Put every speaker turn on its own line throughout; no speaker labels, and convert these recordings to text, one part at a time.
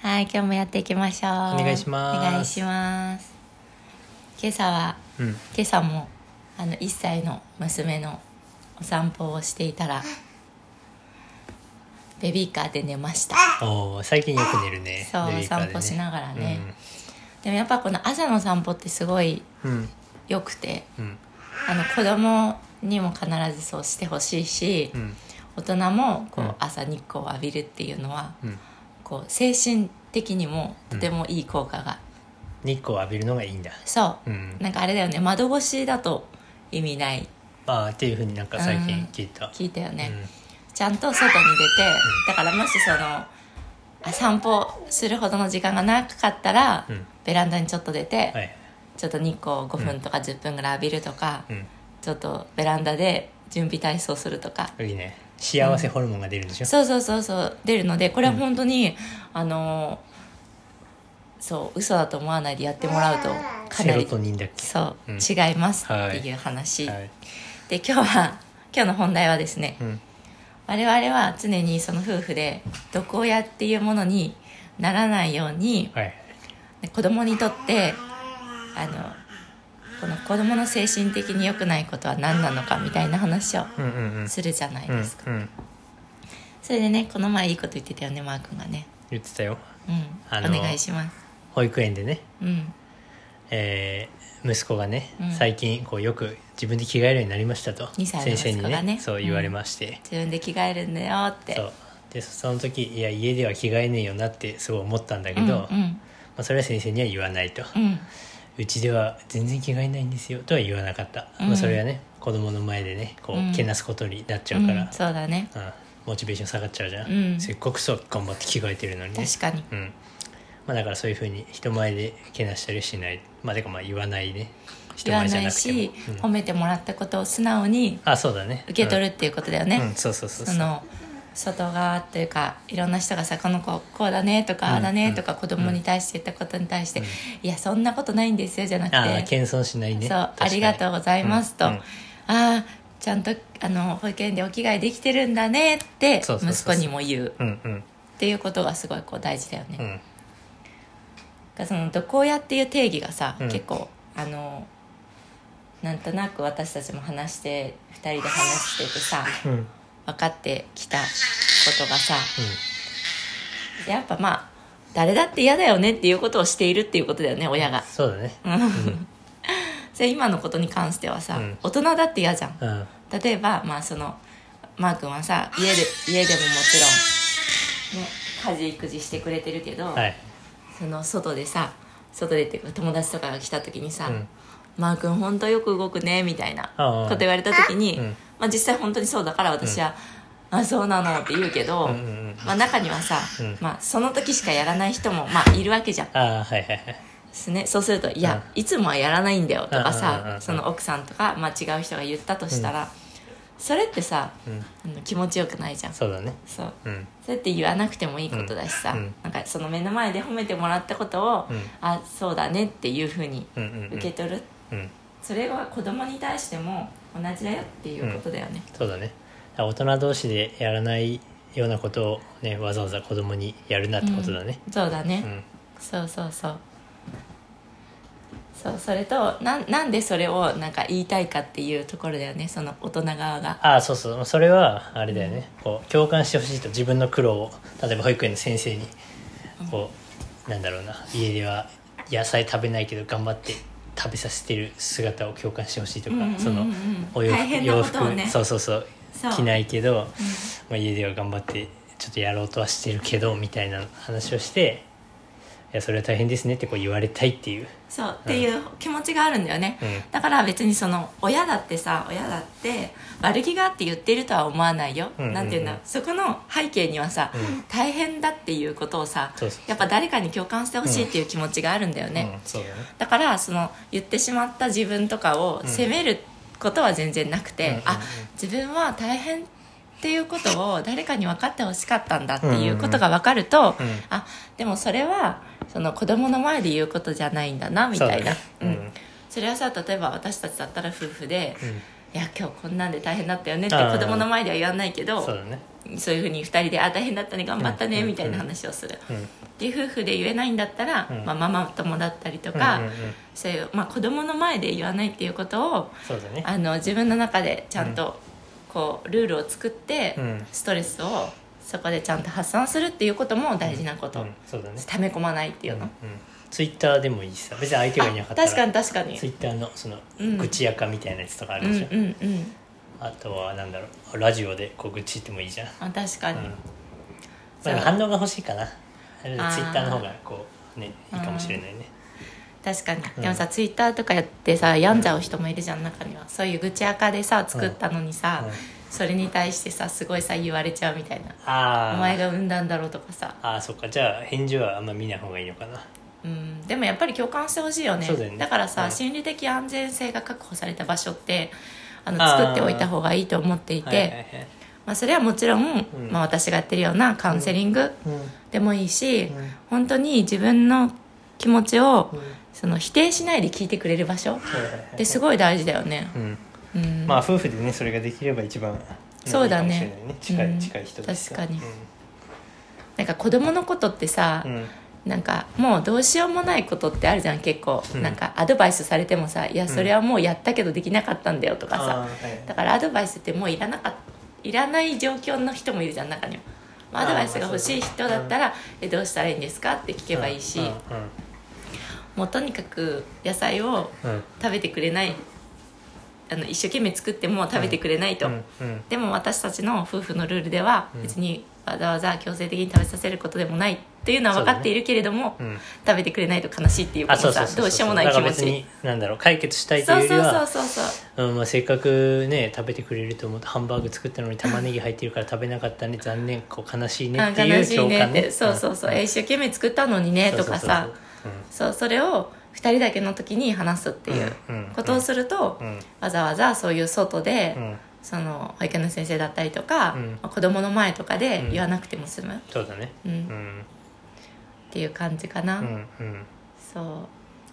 はい、今日もやっていきましょう。お
願いします
お願いします。今朝は、
うん
今朝も、あの一歳の娘のお散歩をしていたら。ベビーカーで寝ました。
おお最近よく寝るね
そう
ベビーカーでね
散歩しながらねでもやっぱこの朝の散歩ってすごい
うんうん
良くて、
うん
あの子供にも必ずそうしてほしいし、
うん
大人もこ
うん
う朝日光を浴びるっていうのは、
うん
こう精神的にもとてもいい効果が、
日光を浴びるのがいいんだ
そう、
うん
なんかあれだよね窓越しだと意味ない
ああっていうふうになんか最近聞いた
聞いたよね、
うん
ちゃんと外に出て、だからもしそのあ散歩するほどの時間がなかったら、
うん
ベランダにちょっと出て、
はい
ちょっと日光を5分とか10分ぐらい浴びるとか、
う
ちょっとベランダで準備体操するとか
んいいね幸せホルモンが出るんでしょ
そうそうそうそう出るのでこれは本当に、あのそう嘘だと思わないでやってもらうとか
セ
な
ロ
り
トニンだっけ
そう、
うん
違いますっていう話、
はい
で今日は今日の本題はですね、
うん
我々は常にその夫婦で毒親っていうものにならないように
はい
子供にとってあのこの子供の精神的に良くないことは何なのかみたいな話を
うんうんうん
するじゃない
うん
ですか、
うん
それでねこの前いいこと言ってたよねマー君がね
言ってたよ
うん、
あの
お願いします
保育園でね
うん
えー息子がね、
うん
最近こうよく自分で着替えるようになりましたと
二歳の
先生に
息子がね
そう
うん
言われまして、
自分で着替えるんだよって
そうでそその時いや家では着替えねえよなってすごい思ったんだけど、
うんう
ま
ん
あ、それは先生には言わないと、う
うん
ちでは全然着替えないんですよとは言わなかった、
うん
まあ、それはね子供の前でねこ
うん
うけなすことになっちゃうから、
うんそうだね
うんモチベーション下がっちゃうじゃん、
うん
せっかくそう頑張って着替えてるのにね
確かに
うんまあ、だからそういうふうに人前でけなしたりしないまあてかまあ言わないね人
言わ
前じゃ
な
ないくても
し、
うん
褒めてもらったことを素直に
あそうだね
受け取
る
るっていうことだよ
う
ね、
んうんそうそうそう
その外側というかいろんな人がさこの子こうだねとか
うん
ああだねとか子供に対して言ったことに対して、いやそんなことないんですよじゃなくて、
ああ謙遜しないね
そうあ
確かに
りがとうございますと、
うんうん
ああちゃんとあの保育園でお着替えできてるんだねって
そうそうそう
息
そう
子にも言うっ
うんうん
ていうことがすごいこう大事だよね、
う
だか
ん
らその毒親っていう定義がさ、
うん
結構あのなんとなく私たちも話して2人で話しててさ
うんうん
分かってきたことがさ、やっぱまあ誰だって嫌だよねっていうことをしているっていうことだよね親が
そうだね
それ今のことに関してはさ、
うん
大人だって嫌じゃん
うん
例えばまあそのマー君はさ家で家でももちろん、ね、家事育児してくれてるけど、
はい
その外でさ外でっていうか友達とかが来た時にさ「
うん
マー君ほんとよく動くね」みたいな
ああ
こと言われた時に、
うん
まあ、実際本当にそうだから私は「あそうなの」って言うけど、
うんうんうん
まあ、中にはさ、
うん
まあ、その時しかやらない人も、まあ、いるわけじゃん
ああはいはいはい
ですね、そうすると「いや、いつもはやらないんだよ」とか
うんうんうん
さ
うん
その奥さんとか、まあ、違う人が言ったとしたら、それってさ、
ん
あの気持ちよくないじゃん
そうだね
そう
うん
それって言わなくてもいいことだしさ、
うんうん
なんかその目の前で褒めてもらったことを「
うん
あそうだね」っていうふうに
うんうんう
受
ん
け取る、
うん
それは子供に対しても同じだよっていうことだよね、
そうだねだから大人同士でやらないようなことをねわざわざ子供にやるなってことだね
そうだね、
うん
そうそうそうそうそれとなんなんでそれをなんか言いたいかっていうところだよねその大人側が
ああそうそうそれはあれだよねこう共感してほしいと自分の苦労を例えば保育園の先生にこうなんだろうな家では野菜食べないけど頑張って食べさせてる姿を共感してほしいとか、
うんうんうんうん
そのお洋
大
服
変な
洋
ことをね
服そうそうそう
そう
着ないけど、まあ、家では頑張ってちょっとやろうとはしてるけどみたいな話をしていやそれは大変ですねってこう言われたいっていう
そうっていう気持ちがあるんだよね、
うん
だから別にその親だってさ親だって悪気があって言ってるとは思わないよ、
うんうんうん
なんていうんだろうそこの背景にはさ、
ん
大変だっていうことをさ
そうそうそう
やっぱ誰かに共感してほしいっていう気持ちがあるんだよね、
うん、そうだね
だからその言ってしまった自分とかを責めることは全然なくて、
うんうんうん
あ自分は大変っていうことを誰かに分かってほしかったんだっていうことが分かると、
うんうん
あでもそれはその子供の前で言うことじゃないんだなみたいな
そうだねうん
それはさ例えば私たちだったら夫婦で、
うん
いや今日こんなんで大変だったよねって子供の前では言わないけど
そうだね
そういうふうに2人で「あ大変だったね頑張った
うん
ね」
うん
みたいな話をする、
うん
で夫婦で言えないんだったら、
うん
まあ、ママ友だったりとか、
うんうんうん
そういう、まあ、子供の前で言わないっていうことを
そうだね
あの自分の中でちゃんとこうルールを作って、
うん
ストレスをそこでちゃんと発散するっていうことも大事なこと、
うんそうだね
溜め込まないっていうの、
ツイッターでもいいしさ別に相手がいなか
あ
ったら
確かに確かに
ツイッターのその
うん
愚痴やかみたいなやつとかあ
う
る
ん
でしょ、
うんうん
あとはなんだろうラジオでこう愚痴言ってもいいじゃん、うん
あ確かに、
まあ、でも反応が欲しいかなツイ
あー
ッターの方がこうねいいかもしれないね
確かに
うん
でもさ、ツイッターとかやってさ病んじゃう人もいるじゃん中にはそういう愚痴垢でさ作ったのにさ、
うん
それに対してさすごいさ言われちゃうみたいな
あ
お
ー
前が産んだんだろうとかさ
あーそっかじゃあ返事はあんま見ない方がいいのかな
うんでもやっぱり共感してほしいよね
そうだよね
からさ、
うん
心理的安全性が確保された場所ってあの
あー
作っておいた方がいいと思っていて
はいはいはい
まあ、それはもちろん、
ん
まあ、私がやってるようなカウンセリング
う
でもいいし、
ん
本当に自分の気持ちを、
ん
その否定しないで聞いてくれる場所
はいはいはい
ってすごい大事だよね、
うん
うん
まあ夫婦でねそれができれば一番
そうだね
いいかもしれない近い、
うん
近い人です
確かになんか子供のことってさ、
うん、うん
なんかもうどうしようもないことってあるじゃん結構、
うん
なんかアドバイスされてもさ「いやそれはもうやったけどできなかったんだよ」とかさ、
あーはい
だからアドバイスってもういらなかっいらない状況の人もいるじゃん中には、まあ、
あ
ア
ー
ドバイスが欲しい人だったら「えどうしたらいいんですか?」って聞けばいいし、
うんうん
もうとにかく野菜を
うんうん
食べてくれないあの一生懸命作っても食べてくれないと、
うんうん
でも私たちの夫婦のルールでは
うん
別にわざわざ強制的に食べさせることでもないっていうのは分かっているけれども、
うん
食べてくれないと悲しいっていうこ
あ
と
そうそ
さ
うそうそう
どうしようもない
だか
気
ら
持
別
ち
になんだろう解決したいという
そう
よ
そ
り
うそう
は
そうそう
うんまあ、せっかくね食べてくれると思ってハンバーグ作ったのに玉ねぎ入ってるから食べなかったね残念こう悲しいね
あ
ってい
悲
う
しい
共
ねっ
感
て、
ね
そうそうそう、え一生懸命作ったのにね
ん
とかさ
そうそう
そうそれを2人だけの時に話すっていう
うんうん
ことをすると、
そううん
わざわざそういう外で、
うんうん
その保育園の先生だったりとか、
うん
まあ子供の前とかで
うん
言わなくても済む、
そうだね
うん
うん
っていう感じかな、
うんうん
そう、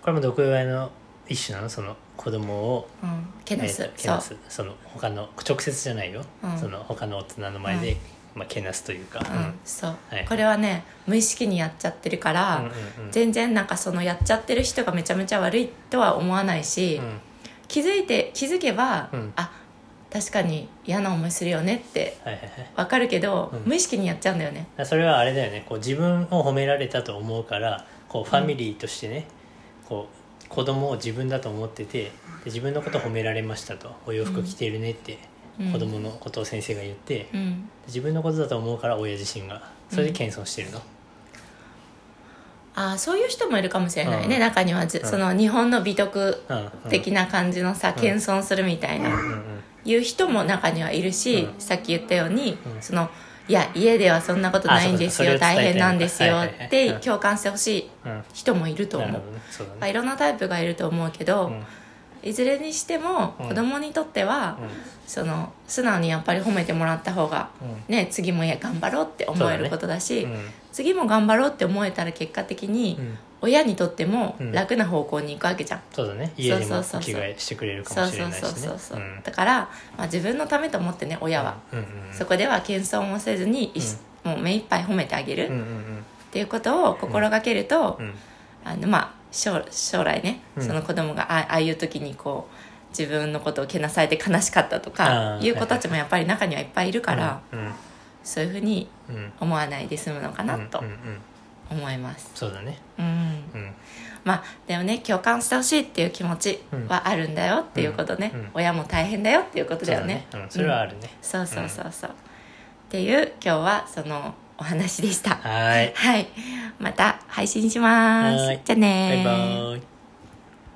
これも毒親の一種なのその子供を
うん、けなす、
えーとけな
そう
すその他の直接じゃないよ、
うん
その他の大人の前で、
うん
まあ、けなすというか、
うんそう、
はい
これはね無意識にやっちゃってるから、
うんうんうん
全然なんかそのやっちゃってる人がめちゃめちゃ悪いとは思わないし、
うん
気づいて気づけば、
うん
あ確かに嫌な思いするよねって
はいはいはい
わかるけど、
うん
無意識にやっちゃうんだよね
だからそれはあれだよねこう自分を褒められたと思うからこうファミリーとしてね、こう子供を自分だと思っててで自分のこと褒められましたとお洋服着てるねって、
うん
子供のことを先生が言って、で
うん
自分のことだと思うから親自身がそれで謙遜してるの、
ああそういう人もいるかもしれないね、
うん
中にはず、
うん
その日本の美徳
うんうん
的な感じのさ、謙遜するみたいな、
うんうん
いう人も中にはいるし、
うん
さっき言ったように、
うん
そのいや家ではそんなことないんですよ
あそうかそ
大
れを伝えたい
変なんですよ
はいはいはい
って
うん
共感してほしい
うん
人もいると思
な
う、ま
るほどねそうだ
あ、
ね、
いろんなタイプがいると思うけど、
うん
いずれにしても
うん
子供にとっては、
うん
その素直にやっぱり褒めてもらった方が、
う
ね、次もいや頑張ろうって思えることだし
うんうん
次も頑張ろうって思えたら結果的に、
うん
親にとっても
うん
楽な方向に行くわけじゃん。
そうだね家で
そ
も
うそうそうそう
着替えしてくれるか
そう
もし
そ
れ
う
ないし
そう
ね
そうそう、
うん
だから、まあ、自分のためと思ってね親は、
うんうん
そこでは謙遜をせずに、いしもう目いっぱい褒めてあげる
うんう
っ
んうん
ていうことを心がけると、
うん
あのまあ、将将来ね、
うん
その子供があああいう時にこう自分のことをけなされて悲しかったとか
あー
いう子たちもやっぱり中にはいっぱいいるから、
うん
そういうふうに
うんうん
思わないで済むのかなと
うんうんうん
思います。
そうだね
うん
うん
まあ、でもね共感してほしいっていう気持ちはあるんだよっていうことね、
うんうん
親も大変だよっていうことだよね。
そうだうんそれはあるね
そうそうそうそう、っていう今日はそのお話でした
はーい
はいまた配信します
はーい
じゃあね
バ
ー
イバーイ